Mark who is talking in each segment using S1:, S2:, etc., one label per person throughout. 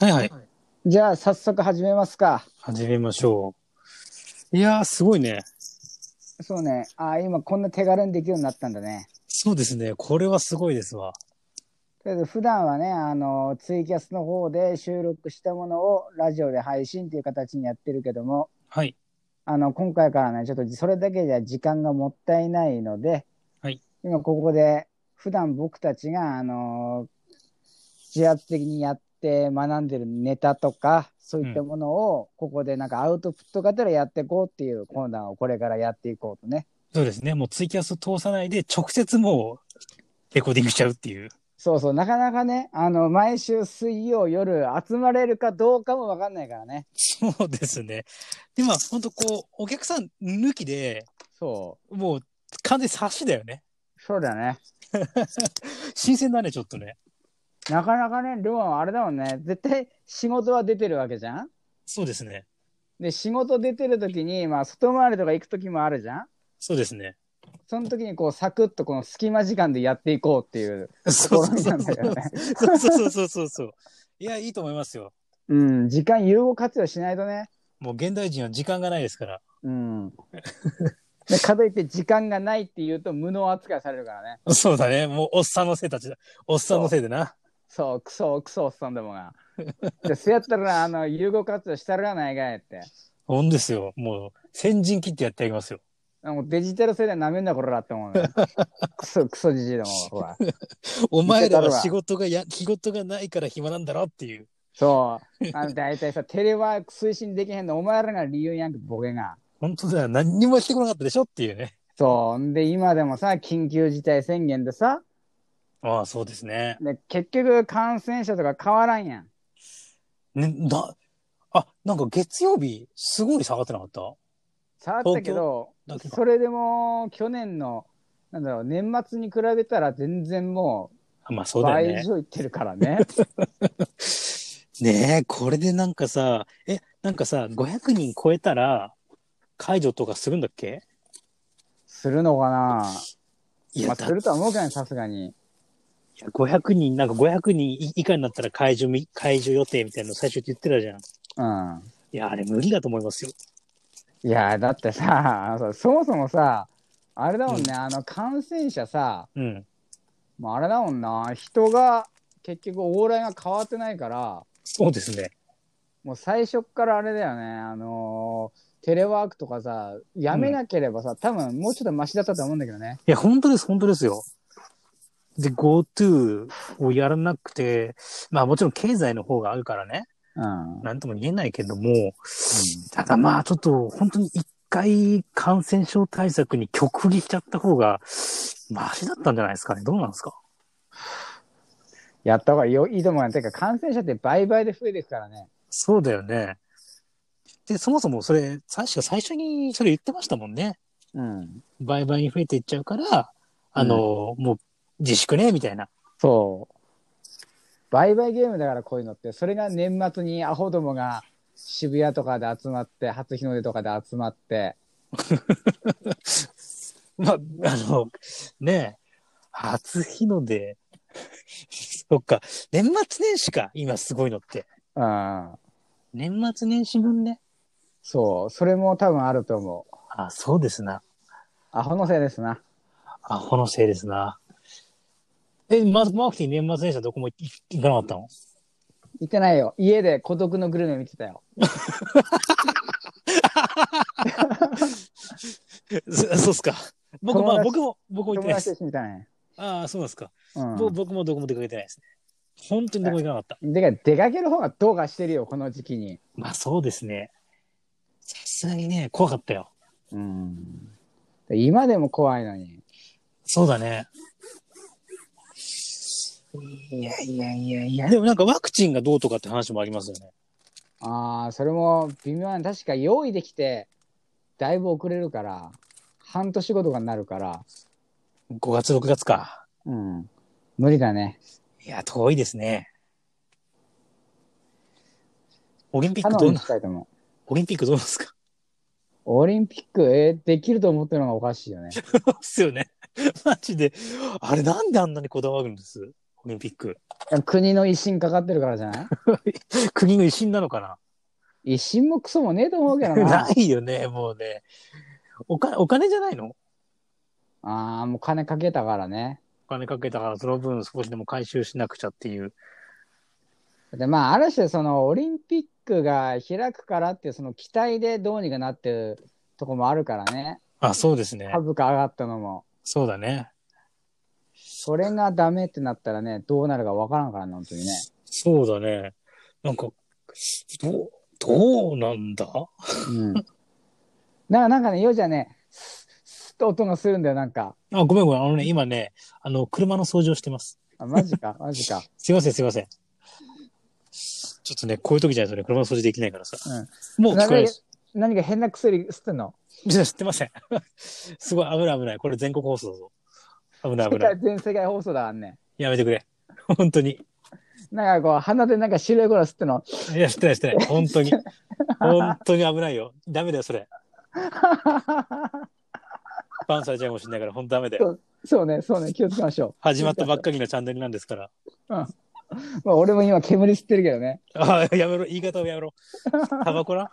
S1: はいはい。
S2: じゃあ、早速始めますか。
S1: 始めましょう。いやー、すごいね。
S2: そうね。ああ、今こんな手軽にできるようになったんだね。
S1: そうですね。これはすごいですわ。
S2: とりあえず普段はね、あの、ツイキャスの方で収録したものをラジオで配信という形にやってるけども、
S1: はい。
S2: あの、今回からね、ちょっとそれだけじゃ時間がもったいないので、
S1: はい
S2: 今ここで、普段僕たちが、あの、自発的にやって学んでるネタとか、そういったものを、ここでなんかアウトプットがてらやっていこうっていうコーナーをこれからやっていこうとね。
S1: そうですね。もうツイキャス通さないで、直接もう、レコーディングしちゃうっていう。
S2: そうそう、なかなかね、あの、毎週水曜夜集まれるかどうかもわかんないからね。
S1: そうですね。で、まあ、ほんとこう、お客さん抜きで、
S2: そ
S1: もう、完全に差しだよね。
S2: う。そうだね。
S1: 新鮮だね、ちょっとね。
S2: なかなかね、りょうはあれだもんね。絶対仕事は出てるわけじゃん
S1: そうですね。
S2: で、仕事出てる時に、まあ、外回りとか行く時もあるじゃん
S1: そうですね。
S2: その時に、こう、サクッとこの隙間時間でやっていこうっていうと
S1: そ
S2: こ
S1: う
S2: ろ
S1: そうそ
S2: なん
S1: う
S2: だよね。
S1: そうそうそうそうそう。いや、いいと思いますよ。
S2: うん、時間有効活用しないとね。
S1: もう現代人は時間がないですから。
S2: うん。で、かといって時間がないっていうと無能扱いされるからね。
S1: そうだね。もう、おっさんのせいたちだ。おっさんのせいでな。
S2: そう、クソ、クソ、おっさんどもが。で、そうやったら、あの、有効活用したらないかいって。
S1: ほんですよ。もう、先陣切ってやってあげますよ。
S2: もうデジタル世代なめんな、こらって思うね。 クソ、クソじじいども、ほら。
S1: お前ら
S2: 見てたる
S1: は
S2: わ
S1: 仕事がや、仕事がないから暇なんだろっていう。
S2: そう。あの、大体さ、テレワーク推進できへんの、お前らが理由やんけ、ボケが。
S1: 本当だよ。何にもしてこなかったでしょっていうね。
S2: そう。んで、今でもさ、緊急事態宣言でさ、
S1: ああ、そうですね。
S2: で結局感染者とか変わらんやん。
S1: ね、な、あ、なんか月曜日、すごい下がってなかった
S2: 下がったけど
S1: 東京だけ、か
S2: それでも、去年の、なんだろう、年末に比べたら全然も、
S1: あまあそううだ
S2: 倍
S1: よ
S2: 以
S1: ね。
S2: 上いってるからね。
S1: ねえ、これでなんかさ、え、なんかさ、500人超えたら、解除とかするんだっけ
S2: するのかないまあ、
S1: や、だ
S2: するとは思うけどね、さすがに。
S1: いや500人、なんか500人い以下になったら解除み、解除予定みたいなの最初って言ってたじゃん。い
S2: うん。
S1: や、あれ無理だと思いますよ。
S2: いやーだってさ あのさそもそもさあれだもんね、あの感染者さ
S1: うん。
S2: もうあれだもんな人が結局往来が変わってないから
S1: そうですね。
S2: もう最初っからあれだよねあのーテレワークとかさやめなければさ、多分もうちょっとマシだったと思うんだけどね
S1: いや、本当です、本当ですよ。で、GoTo をやらなくて、まあもちろん経済の方があるからね、
S2: うん、うん、
S1: なんとも言えないけども、ただまあちょっと本当に一回感染症対策に極力しちゃった方が、マシだったんじゃないですかね。どうなんですか
S2: やった方がよいいと思うよてか感染者って倍々で増えていくからね
S1: そうだよね。で、そもそもそれ、確か最初にそれ言ってましたもんね。
S2: うん
S1: 倍々に増えていっちゃうから、あの、もう自粛ね、みたいな。
S2: そう倍々ゲームだからこういうのってそれが年末にアホどもが渋谷とかで集まって初日の出とかで集まって
S1: まあ、あの、ねえ、初日の出。 そっか、年末年始か、今すごいのって。
S2: うん
S1: 年末年始分ね。
S2: そう、それも多分あると思う。
S1: あ、そうですな。
S2: アホのせいですな。
S1: アホのせいですな。え、まず、マークティン年末年始はどこも行行かなかったの
S2: 行ってないよ。家で孤独のグルメ見てたよ。
S1: そそうっすか。僕、
S2: 友
S1: まあ、
S2: 達
S1: 僕も、僕も行ってな
S2: 友
S1: いで
S2: 達
S1: す。
S2: と一緒に見たね。
S1: ああ、そうなんですか、
S2: う
S1: ぼ僕もどこも出かけてないですね。本当にどこも行かなかった。
S2: ん。でか、出かける方がどうかしてるよ、この時期に。
S1: まあ、そうですね。さすがにね、怖かったよ。
S2: うん。今でも怖いのに。
S1: そうだね。いやいやいやいや、でもなんかワクチンがどうとかって話もありますよね。
S2: ああ、それも微妙な、確か用意できて、だいぶ遅れるから、半年後とかになるから、
S1: 5月、6月か。
S2: うん。無理だね。
S1: いや、遠いですね。オリンピックど
S2: 頼
S1: う
S2: み
S1: な、
S2: したいと思う。
S1: オリンピックどうなんですか
S2: オリンピック、えーできると思ってるのがおかしいよね。
S1: そうっすよね。マジで。あれなんであんなにこだわるんですオリンピック。
S2: 国の威信かかってるからじゃない
S1: 国の威信なのかな
S2: 威信もクソもねえと思うけどな
S1: な。いよね、もうね。お金、お金じゃないの
S2: ああ、もう金かけたからね。
S1: お金かけたから、その分少しでも回収しなくちゃっていう。
S2: で、まあ、ある種、そのオリンピックが開くからっていう、その期待でどうにかなってるとこもあるからね。
S1: あ、そうですね。
S2: 株価上がったのも。
S1: そうだね。
S2: それがダメってなったらね、どうなるかわからんからね、本 当にね。
S1: そうだね。なんか、どう、どうなんだ
S2: うん。だからなんかね、夜じゃね、スッスッと音がするんだよ、なんか。
S1: あ、ごめんごめん。あのね、今ね、あの、車の掃除をしてます。
S2: あマ ジか、マジか。
S1: すいません、すいません。ちょっとね、こういう時じゃないとね、車の掃除できないからさ。もう聞こえるし。
S2: 何か変な薬吸ってんの
S1: じゃあ知ってません。 すごい危ない危ない。これ全国放送だぞ。危ない危な
S2: 世界
S1: い。
S2: 全世界放送だからね。
S1: やめてくれ。本当に。
S2: なんかこう、鼻でなんか白いゴロ吸ってんの。
S1: いや、知ってない知 ってない。本当に。本当に危ないよ。ダメだよ、それ。 バンされちゃうかもしれないから、本当ダメだよ。
S2: そうね、そうね、気をつけましょ
S1: 始まったばっかりのチャンネルなんですから。
S2: う。まあ、俺も今煙吸ってるけどね。
S1: ああ、やめろ。言い方をやめろ。タバコな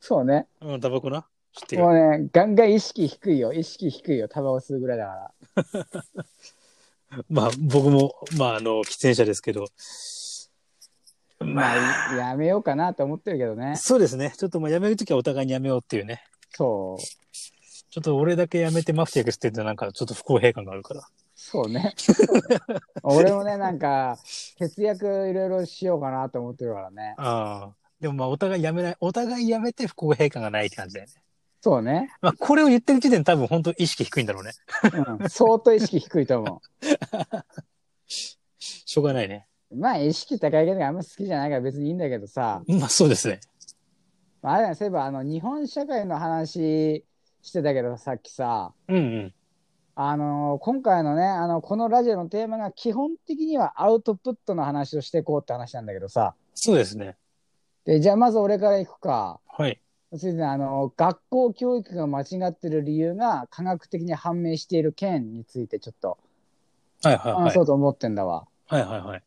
S2: そうね。
S1: うん、タバコな。知ってる
S2: も。うね、ガンガン意識低いよ。意識低いよ。タバコ吸うぐらいだから。
S1: まあ、僕も、まあ、あの、喫煙者ですけど。まあ、
S2: まあ、やめようかなと思ってるけどね。
S1: そうですね。ちょっとまあ、やめるときはお互いにやめようっていうね。
S2: そう。
S1: ちょっと俺だけやめてマフティアクしてるとなんかちょっと不公平感があるから。
S2: そうね。俺もね、なんか、節約いろいろしようかなと思ってるからね。
S1: ああ。でもまあ、お互いやめない、お互いやめて不公平感がないって感じだよね。
S2: そうね。
S1: まあ、これを言ってる時点で多分本当意識低いんだろうね。
S2: うん。相当意識低いと思
S1: しょうがないね。
S2: う。 まあ、意識高いけど、あんま好きじゃないから別にいいんだけどさ。
S1: まあ、そうですね。
S2: まあ、あれだね、そういえば、あの、日本社会の話してたけど、さっきさ、
S1: うんうん。
S2: あの今回のね、あの、このラジオのテーマが基本的にはアウトプットの話をしていこうって話なんだけどさ。
S1: そうですね。
S2: で、じゃあまず俺から行くか。
S1: はい。
S2: ついてあの、学校教育が間違ってる理由が科学的に判明している件についてちょっと
S1: はいはいは
S2: 話
S1: い
S2: そ。うと思ってんだわ。
S1: はいはいはい。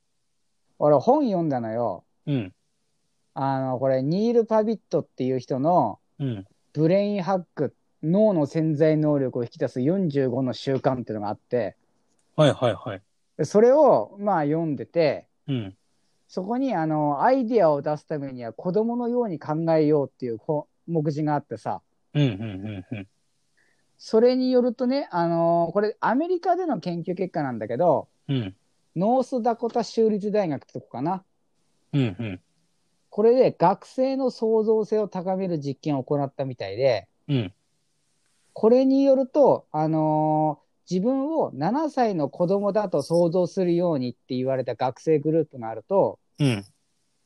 S2: 俺本読んだのよ。
S1: うん。
S2: あの、これ、ニール・パビットっていう人の
S1: うん。
S2: ブレインハック、脳の潜在能力を引き出す45の習慣っていうのがあって、
S1: はいはいはい。
S2: でそれをまあ読んでて、
S1: うん。
S2: そこにあの、アイディアを出すためには子供のように考えようっていうこ目次があってさ、
S1: うんうんうんうん。
S2: それによるとね、あのこれアメリカでの研究結果なんだけど、
S1: うん。
S2: ノースダコタ州立大学ってとこかな。
S1: うんうん。
S2: これで学生の創造性を高める実験を行ったみたいで、
S1: うん。
S2: これによると、あのー自分を7歳の子供だと想像するようにって言われた学生グループがあると、
S1: うん。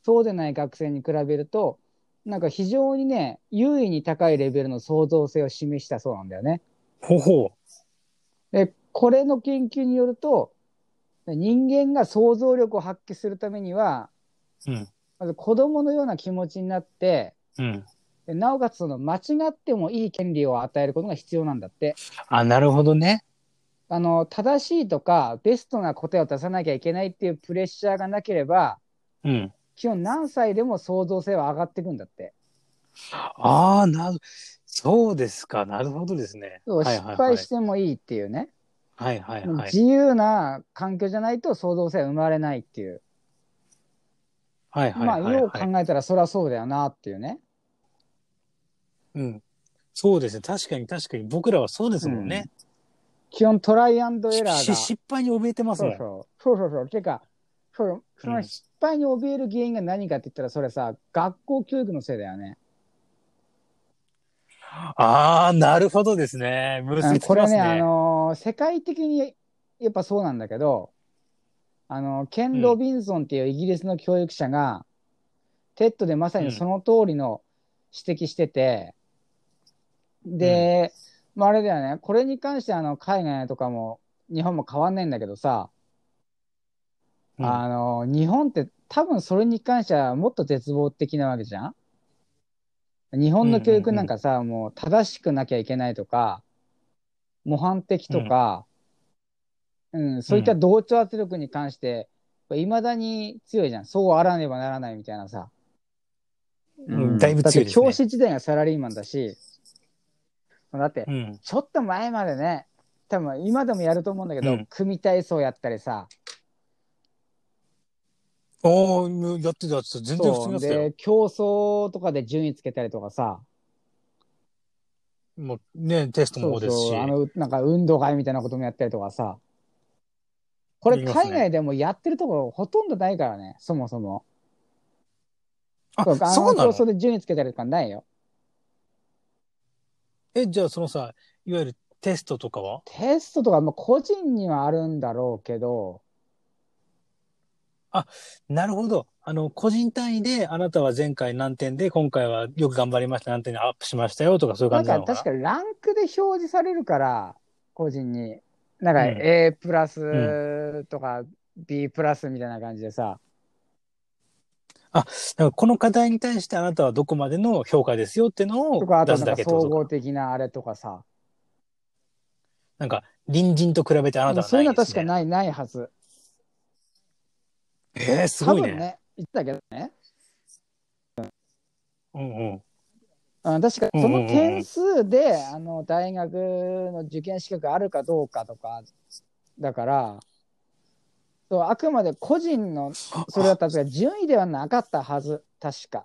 S2: そうでない学生に比べると、なんか非常にね、優位に高いレベルの創造性を示したそうなんだよね。
S1: ほほ
S2: で、これの研究によると、人間が想像力を発揮するためには、
S1: う。うん。
S2: まず子供のような気持ちになって、
S1: うん。
S2: でなおかつその間違ってもいい権利を与えることが必要なんだって。
S1: あ、なるほどね。
S2: あの、正しいとかベストな答えを出さなきゃいけないっていうプレッシャーがなければ、
S1: うん。
S2: 基本何歳でも創造性は上がっていくんだって。
S1: ああ、なる、そうですか。なるほどですね。
S2: そう
S1: はいは
S2: 失
S1: いはい
S2: 敗してもいいっていうね。
S1: はいはいはい。
S2: 自由な環境じゃないと創造性は生まれないっていう。
S1: はいはい
S2: まあ、
S1: はい
S2: よう
S1: はい。
S2: 考えたらそりゃそうだよなっていうね。
S1: うん。そうですね。確かに確かに。僕らはそうですもんね。
S2: 基本トライアンドエラー
S1: し
S2: が。
S1: 失敗に怯えてます
S2: そ
S1: も。
S2: うんそう。そうそうそう。てか、そうそ
S1: うん
S2: の失敗に怯える原因が何かって言ったら、それさ、学校教育のせいだよね。
S1: ああ、なるほどですね。結
S2: うん
S1: びつき
S2: これ
S1: ます
S2: ね、
S1: ね。
S2: あのー世界的にやっぱそうなんだけど、あのケン・ロビンソンっていうイギリスの教育者が、テッドでまさにその通りの指摘してて、で、まあ、あれだよね、これに関してあの海外とかも日本も変わんないんだけどさ、
S1: うん
S2: あの、日本って多分それに関してはもっと絶望的なわけじゃん日本の教育なんかさ、もう正しくなきゃいけないとか、模範的とか、うん、そういった同調圧力に関して、いまだに強いじゃん。そうあらねばならないみたいなさ。
S1: うんだいぶ
S2: だっ
S1: 強
S2: て
S1: いですね
S2: 教師自体がサラリーマンだし、だって
S1: う、ん。
S2: ちょっと前までね、多分今でもやると思うんだけ
S1: う
S2: ど、
S1: ん
S2: 組体操やったりさ、
S1: ああ、やってたやつ、全然普通
S2: そ
S1: に
S2: う
S1: やってたよ。
S2: で、競争とかで順位つけたりとかさ、
S1: もうね、テスト
S2: そ
S1: も
S2: う
S1: そうですし。
S2: そう、あの、なんか運動会みたいなこともやったりとかさ、これ
S1: できますね
S2: 海外でもやってるところほとんどないからね、そもそも。
S1: あ
S2: そうあ
S1: そうな
S2: 競
S1: の
S2: 争で順位つけたりとかないよ。
S1: え、じゃあそのさ、いわゆるテストとかは
S2: テストとか、まあ、個人にはあるんだろうけど、
S1: なるほど。あの、個人単位で、あなたは前回何点で、今回はよく頑張りました、何点にアップしましたよとか、そういう
S2: な
S1: 感
S2: ん
S1: じな
S2: か
S1: のかな
S2: 確かランクで表示されるから、個人に。なんか
S1: うん
S2: A プラ
S1: う
S2: スとか B プラスみたいな感じでさ、
S1: なんかこの課題に対してあなたはどこまでの評価ですよっていうの
S2: とか、
S1: を
S2: あと
S1: 出
S2: な
S1: す
S2: ん
S1: だ
S2: か
S1: けってこ
S2: 総
S1: と
S2: 合
S1: か。
S2: 的なあれとかさ、
S1: なんか、隣人と比べてあなたは
S2: そういう
S1: ない
S2: の
S1: で
S2: は確
S1: す、
S2: か
S1: ね。
S2: ない、ないはず。
S1: えー、す
S2: 多
S1: ごい
S2: 分
S1: ね。
S2: ね、言ってたけどね。
S1: うんうん。
S2: うん、確か
S1: うん
S2: そ
S1: うんうん
S2: の点数で、あの、大学の受験資格あるかどうかとか、だから、そう、あくまで個人の、それだったんですが、順位ではなかったはず、確か。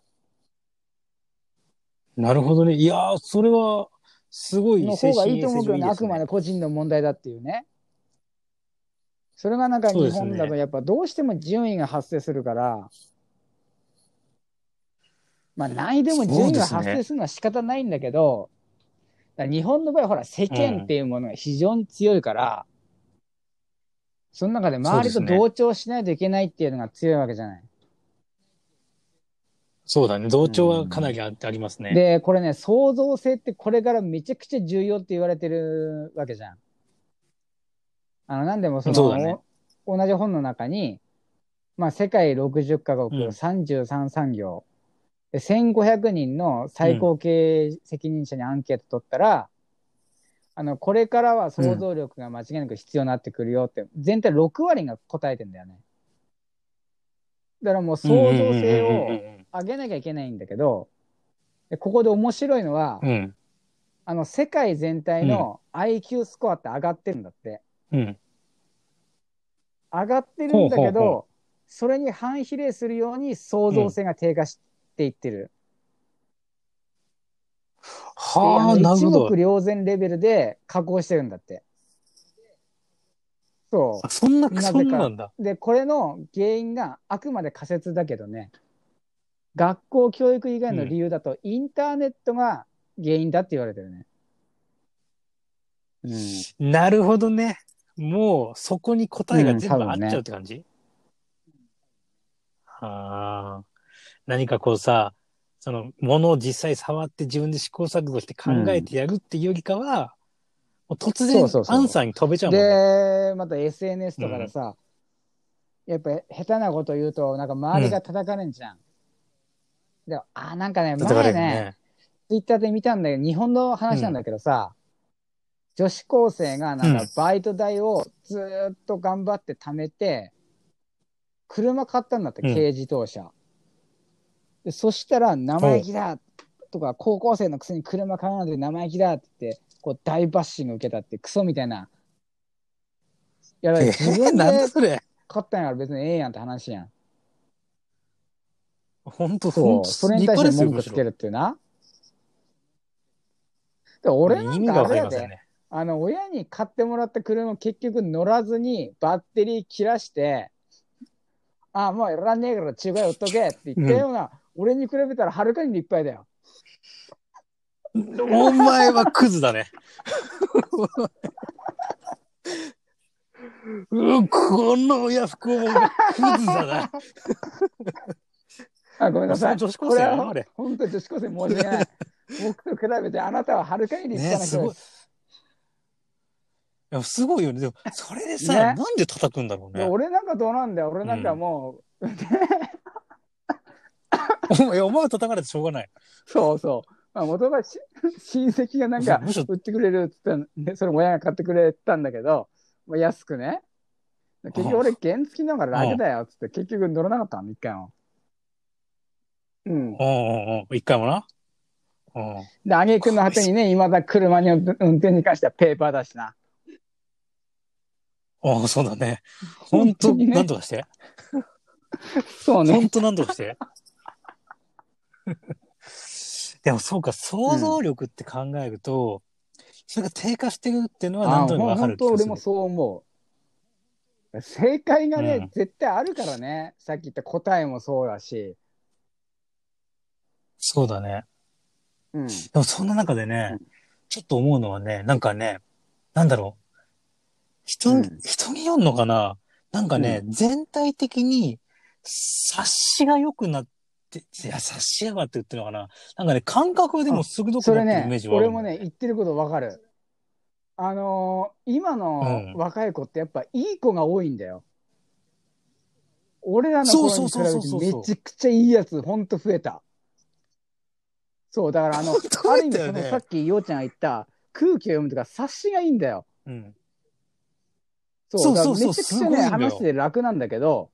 S1: なるほどね。いやー、それは、すごい
S2: の
S1: 精
S2: 方が
S1: 神
S2: いいと思うけど
S1: 衛
S2: ね、
S1: 生上いい
S2: あ
S1: す
S2: く
S1: ね
S2: まで個人の問題だっていうね。それがなんか
S1: そう
S2: 日
S1: ですね
S2: 本だとやっぱどうしても順位が発生するから、まあ何位でも順位が発生するのは仕方ないんだけど、だから日本の場合ほら世間っていうものが非常に強いから、その中で周りと
S1: そうですね
S2: 同調しないといけないっていうのが強いわけじゃない。
S1: そうだね。同調はかなりあありますね。
S2: で、これね、創造性ってこれからめちゃくちゃ重要って言われてるわけじゃん。あの、なんでもその、
S1: そうだね
S2: お同じ本の中に、まあ、世界60カ
S1: うん
S2: 国33産業、で1500人の最高経営責任者にアンケート取ったら、あの、これからは想像力が間違いなく必要になってくるよって、全体6割が答えてんだよね。だからもう創造性を、
S1: うんうん
S2: 上げなきゃいけないんだけど、でここで面白いのは、
S1: うんうん。
S2: あの世界全体の IQ スコアって上がってるんだって。
S1: うん。うん。
S2: 上がってるんだけど、
S1: ほうほう
S2: それに反比例するように創造性が低下していってる。
S1: はあ、
S2: で
S1: な
S2: の
S1: る
S2: 一
S1: ほど
S2: 目。瞭然レベルで加工してるんだって。そ
S1: あそんな
S2: な、ぜか
S1: そんなんだ。
S2: う。で、これの原因があくまで仮説だけどね、学校教育以外の理由だと、インターネットが原因だって言われてるね。うん
S1: なるほどね。もう、そこに答えが全部
S2: うん
S1: 合っ
S2: 多分ね
S1: ちゃうって感じ、ああ。何かこうさ、その、ものを実際触って自分で試行錯誤して考えてやるっていうよりかは、もう突然
S2: そうそうそう
S1: アンサーに飛べちゃうもんね。
S2: で、また SNS とかでさ、やっぱ下手なこと言うと、なんか周りが叩かれんじゃん。で、あ、なんかね、
S1: 叩かれ
S2: 前
S1: る
S2: ね、
S1: ね。
S2: ツイッターで見たんだけど、日本の話なんだけどさ、女子高生がなん
S1: う
S2: か
S1: ん
S2: バイト代をずーっと頑張って貯めて、車買ったんだって、
S1: うん
S2: 軽自動車。でそしたら、生意気だとか、高校生のくせに車買わないで生意気だって言って、こう大バッシング受けたって、クソみたいな。いや、だ
S1: え
S2: から
S1: ー
S2: 自分
S1: なんだ
S2: で
S1: それ。
S2: 買ったんやから別にええやんって話やん。
S1: 本当
S2: そ
S1: 本
S2: う。
S1: 当
S2: それに対して文句つけ
S1: る。
S2: るっていうな。で俺
S1: 意
S2: なん
S1: 味
S2: か
S1: が
S2: あ
S1: わか
S2: れ
S1: り
S2: や
S1: ません
S2: で、
S1: ね。
S2: あの、親に買ってもらった車結局乗らずにバッテリー切らして、ああ、もういらねえから中華屋売っとけって言ったような、俺に比べたらはるかに立派だよ。
S1: お前はクズだね。うん、この親不幸者がクズだな。
S2: あ、ごめんなさい。
S1: 女子高
S2: こ
S1: 生
S2: れ
S1: やな
S2: は
S1: あれ。
S2: 本当に女子高生申し 訳ない。僕と比べてあなたははるかに立
S1: ね
S2: 派な
S1: す
S2: 人
S1: ごい。
S2: で
S1: い
S2: す。
S1: やすごいよね。でも、それでさ、
S2: ね
S1: なんで叩くんだろう
S2: で
S1: ね。
S2: 俺なんかどうなんだよ。俺なんかもう、
S1: お前、お前は叩かれてしょうがない。
S2: そうそう。まあ、元々し 親戚がなんか
S1: むしろ
S2: 売ってくれるっつったんで、それも親が買ってくれたんだけど、まあ、安くね。結局俺原付きながら楽だよっつって結局乗らなかったの一回も。うん。
S1: うんうんうん。一回もな。うん。
S2: で、挙句の果てにね、未だ車に運転に関してはペーパーだしな。
S1: ああ、そうだね。ほんと、
S2: 本当にね
S1: なんとかして。
S2: そう
S1: ほん
S2: ね。
S1: となんとかして。でもそうか、想像力って考えると、それが低下してるっていうのは何
S2: ああ、
S1: となくわかる
S2: 本
S1: 気がす
S2: 当
S1: る。
S2: 俺もそう思う。正解がね、
S1: うん
S2: 絶対あるからね。さっき言った答えもそうだし。
S1: そうだね。
S2: うん。
S1: でもそんな中でね、
S2: うん
S1: ちょっと思うのはね、なんかね、なんだろう。人、
S2: うん
S1: 人によるのかななんかね、全体的に察しが良くなって、いや、察しやがって言ってるのかななんかね、感覚でも鋭くなって
S2: そ
S1: る
S2: れ
S1: イメー
S2: ね
S1: ジ、はある
S2: 俺もね、言ってることわかる。あのー今の
S1: うん
S2: 若い子ってやっぱいい子が多いんだよ。俺らの
S1: そう
S2: 頃
S1: そう
S2: に比
S1: そう
S2: べ
S1: そうそう
S2: てめちゃくちゃいいやつ、ほんと増えた。そう、だからあの、
S1: 本当
S2: あ
S1: 増
S2: る意
S1: え
S2: 味
S1: た
S2: そ
S1: よね
S2: のさっきようちゃんが言った空気を読むとか察しがいいんだよ。
S1: うん。
S2: そ、
S1: そうう
S2: だか
S1: そ
S2: ら
S1: うそう
S2: めちゃく
S1: す
S2: ちゃ
S1: ごいん
S2: ね、
S1: だよ
S2: 話して楽なんだけど、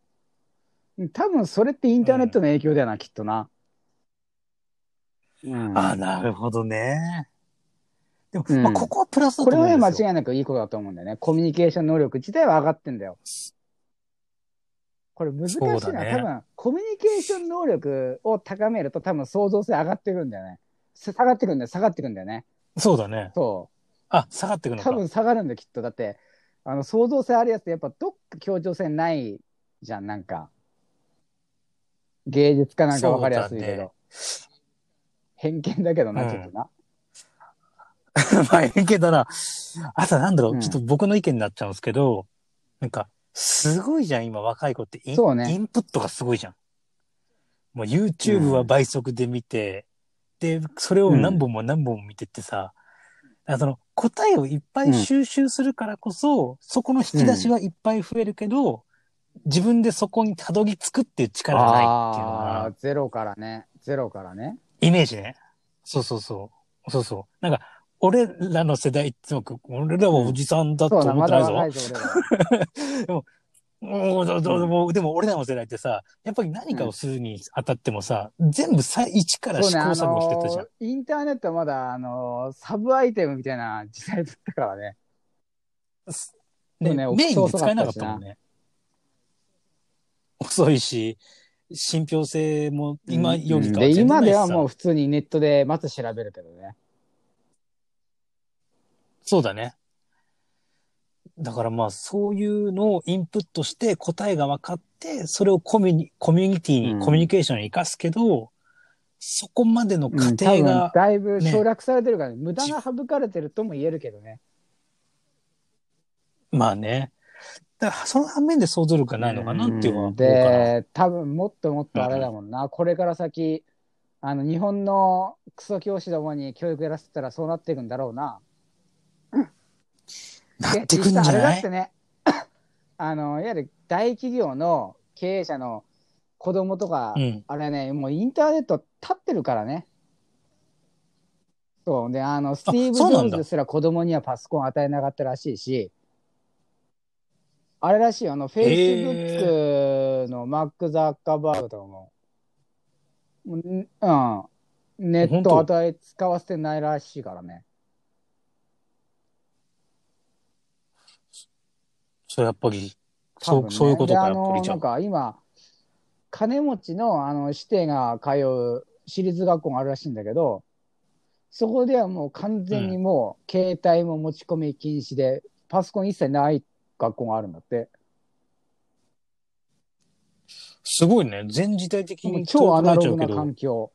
S2: 多分それってインターネットの影響だよな、きっとな。うん
S1: あ、なるほどね。でも、
S2: うん
S1: まあ、ここはプラスだ
S2: こと
S1: 思
S2: れはね、
S1: うん
S2: 間
S1: ですよ。
S2: 違いなくいいことだと思うんだよね。コミュニケーション能力自体は上がってんだよ。これ難しいのは、
S1: そうだね
S2: 多分、コミュニケーション能力を高めると多分創造性上がってくるんだよね。さ下がってくるんだよ、下がってくるんだよね。
S1: そうだね。
S2: そ
S1: あ、下がってく
S2: う。
S1: のか。
S2: 多分下がるんだよ、きっと。だって、あの、創造性あるやつってやっぱどっか協調性ないじゃん、なんか。芸術家なんか分かりやすいけ
S1: そう
S2: ど。
S1: だ
S2: 偏見だけど
S1: う
S2: な、
S1: ん
S2: ちょっとな。
S1: まあ、いいけどな。あと、なんだろ
S2: う
S1: う、
S2: ん
S1: ちょっと僕の意見になっちゃうんですけど、なんか、すごいじゃん、今若い子ってイン。
S2: そうね
S1: インプットがすごいじゃん。もう YouTube は倍速で見て、で、それを何本も何本も見てってさ、あその答えをいっぱい収集するからこそ、そこの引き出しはいっぱい増えるけど、自分でそこにたどり着くっていう力がないっていうの
S2: あ
S1: が
S2: あー、、ゼロからね。ゼロからね。
S1: イメージね。そうそうそう。そうそう。なんか、俺らの世代ってすごく、俺らはおじさんだと
S2: そうな、
S1: 思っ
S2: ま
S1: てな
S2: だ
S1: いぞ。
S2: 若いぞ、俺らは。
S1: もうどどもうでも俺らの世代ってさ、やっぱり何かをするにあたってもさ、全部さ一から
S2: そう
S1: 試
S2: ね、
S1: 行
S2: あ
S1: 錯誤してったじゃん。
S2: のーインターネットはまだ、あのーサブアイテムみたいな時代だったからね。
S1: ね
S2: そうね
S1: メインで使えなかったもんね。遅いし、信憑性も今よりかは
S2: で、
S1: 全然な
S2: 今
S1: いし
S2: で
S1: さ
S2: はもう普通にネットでまず調べるけどね。
S1: そうだね。だからまあそういうのをインプットして答えが分かって、それをコミュニコミュニティに、
S2: うん
S1: コミュニケーションに生かすけど、そこまでの過
S2: うん、多
S1: 程
S2: 分
S1: が、
S2: だいぶ
S1: ね
S2: 省略されてるからね、無駄が省かれてるとも言えるけどね。
S1: まあね。だからその反面で想像力がないのかなっていうのは思
S2: うん
S1: うから。
S2: で、多分もっともっとあれだもんな、これから先、あの、日本のクソ教師どもに教育やらせたらそうなっていくんだろうな。
S1: なってくんじゃ
S2: で実際あれだ
S1: な
S2: って
S1: い
S2: ね、あの、いわゆる大企業の経営者の子供とか、
S1: うん。
S2: あれね、もうインターネット立ってるからね。そう。で、あの、スティーブ・ジ
S1: そうな
S2: ョ
S1: ん
S2: ブ
S1: だ
S2: ズですら子供にはパソコン与えなかったらしいし、あれらしいよ、あの、Facebook のマック・ザッカーバーグとかも、うん、うんネットを与え、使わせてないらしいからね。
S1: それやっぱり、
S2: 多
S1: そ
S2: 分
S1: う、
S2: ね
S1: そういうことか、や
S2: で
S1: っぱり
S2: あの
S1: じゃ
S2: なん
S1: あ。
S2: か今、金持ちのあの師弟が通う私立学校があるらしいんだけど、そこではもう完全にもう携帯も持ち込み禁止で、パソコン一切ない学校があるんだって。
S1: すごいね。全時代的
S2: もう
S1: に
S2: 超アナロ
S1: 遠
S2: グ
S1: くな
S2: な
S1: っちゃうけ
S2: 環境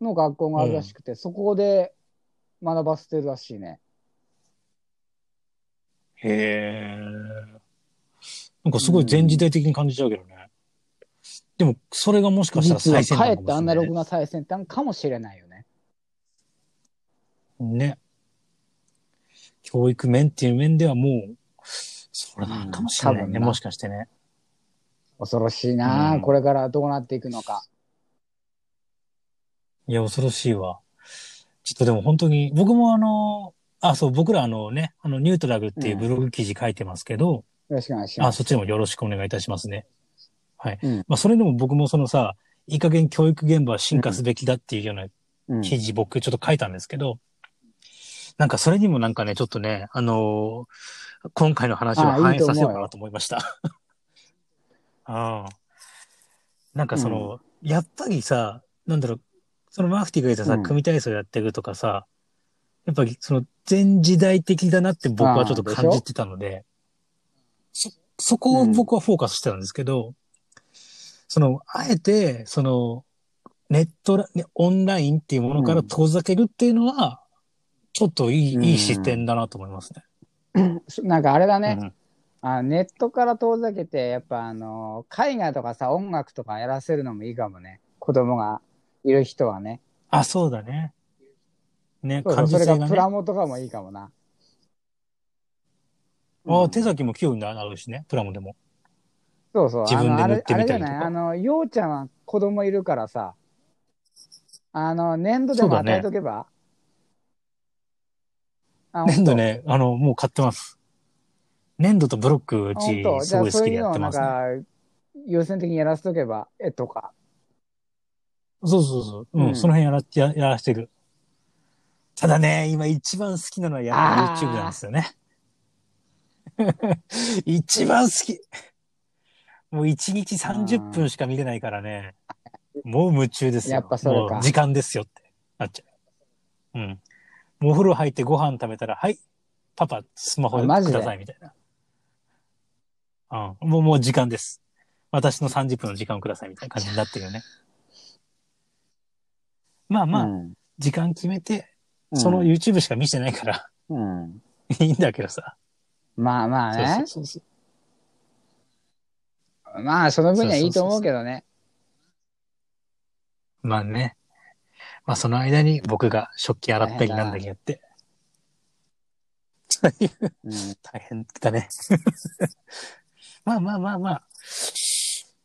S2: の学校があるらしくて、そこで学ばせてるらしいね。
S1: ど。へえ。なんかすごい全時代的に感じちゃうけどね。でも、それがもしかしたら
S2: 実は
S1: 最先端
S2: かえ
S1: か
S2: ってア
S1: もしれな
S2: ナロ
S1: い
S2: グ。な最先端かもしれないよね。
S1: ね。教育面っていう面ではもう、それなんかもしれな
S2: う
S1: い
S2: ん多
S1: ね、
S2: 分な
S1: もしかしてね。
S2: 恐ろしいなあ、
S1: うん
S2: これからどうなっていくのか。
S1: いや、恐ろしいわ。ちょっとでも本当に、僕もあの、あ、そう、僕らあのね、あの、ニュートラルっていうブログ記事書いてますけど、
S2: ろしくお願いしま
S1: あ、
S2: す。
S1: そっちでもよろしくお願いいたしますね。はい。
S2: うん
S1: まあ、それでも僕もそのさ、いい加減教育現場は進化すべきだっていうような
S2: うん
S1: 記事僕ちょっと書いたんですけど、なんかそれにもなんかね、ちょっとね、あのー今回の話を
S2: ああ
S1: 反
S2: いい
S1: 映
S2: と思
S1: さ
S2: う
S1: せ
S2: よ
S1: ようかなと思いました。 ああ。なんかその、やっぱりさ、なんだろう、そのマフティが言ったさ、
S2: うん
S1: 組体操やってるとかさ、やっぱりその全時代的だなって僕はちょっと感じてたので、そ、そこを僕はフォーカスしてたんですけど、その、あえて、その、ネットラ、ねオンラインっていうものから遠ざけるっていうのは、ちょっといい、
S2: うん
S1: いい視点だなと思いますね。
S2: そなんかあれだね、
S1: うん
S2: あネットから遠ざけて、やっぱあのー、絵画とかさ、音楽とかやらせるのもいいかもね。子供がいる人はね。
S1: あ、そうだね。ね、
S2: そうそ
S1: 感
S2: う
S1: じ
S2: それ
S1: 性が
S2: が
S1: ね
S2: プ。ラモとかもいいかもな。
S1: あ
S2: うん
S1: 手先も器用になるしね、プラモでも。
S2: そうそう。
S1: 自分で
S2: あの
S1: 塗ってみたりとか
S2: あれあれじゃないあの、ようちゃんは子供いるからさ、あの、粘土で
S1: そう
S2: も
S1: だね
S2: 与えとけば、あ
S1: 粘土。ね、あの、もう買ってます。粘土とブロック、う
S2: 本
S1: ち
S2: 当、
S1: す
S2: じゃ
S1: ご
S2: あ
S1: い好
S2: そう
S1: き
S2: い
S1: で
S2: う
S1: やっ
S2: のを
S1: て
S2: なん
S1: ますね、
S2: か、優先的にやらせとけば、絵とか。
S1: そうそうそう。うん、
S2: うん
S1: その辺やら、ややらしてる。ただね、今一番好きなのはやっぱ
S2: あー
S1: YouTube なんですよね。 一番好き。もう1日30分しか見れないからね。もう夢中ですよ。
S2: やっぱそれか
S1: もう時間ですよってなっちゃう。うん。もうお風呂入ってご飯食べたら、はい、パパ、スマホ
S2: あマジ
S1: く
S2: で
S1: ださいみたいな。うん。もう、もう時間です。私の30分の時間をくださいみたいな感じになってるよね。 まあまあ、
S2: うん
S1: 時間決めて、その YouTube しか見せてないから、
S2: うんうん
S1: いいんだけどさ。
S2: まあまあ
S1: そ
S2: ね。
S1: うそうそう
S2: まあ、その分にはいいと思うけどね。
S1: まあね。まあその間に僕が食器洗ったりなんだりや って。という
S2: うん
S1: 大変だね。 まあまあまあまあ。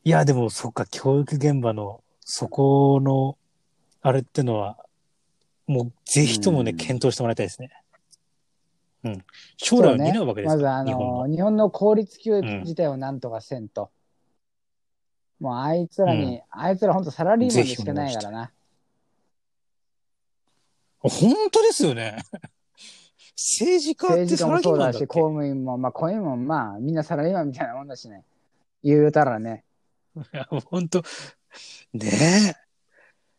S1: いや、でもそっか、教育現場の、そこの、あれってのは、もうぜひともね、
S2: うん
S1: 検討してもらいたいですね。うん。将来を担うわけです
S2: ま
S1: か
S2: ず、
S1: ら、
S2: あ
S1: 日本
S2: の
S1: は。
S2: 日本の公立教育自体をなんとかせんと。もう、あいつらに、あいつら本当サラリーマンでしかないからな。
S1: 本当ですよね。 政治家って
S2: 政治
S1: サ
S2: 家
S1: ラ
S2: も
S1: リー
S2: そ
S1: マ
S2: う
S1: ン
S2: だ
S1: だっけ
S2: し、公務員も、まあ、公務員も、まあ、みんなサラリーマンみたいなもんだしね。言うたらね。
S1: いや、本当ねえ。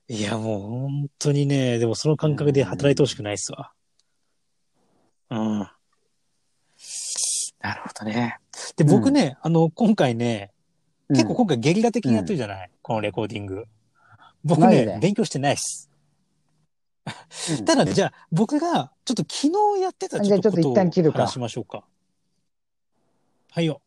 S1: いや、もう本当にね、でもその感覚で働いてほしくないっすわ。うん。なるほどね。で、僕ね、あの、今回ね、結構今回ゲリラ的にやってるじゃない、このレコーディング。僕
S2: マジで
S1: ね、勉強してないっす。
S2: うん
S1: ただね、じゃあ僕がちょっと昨日やってたちょっとこと
S2: じゃあちょっと一旦切る
S1: を
S2: か
S1: 話しましょうか。はいよ。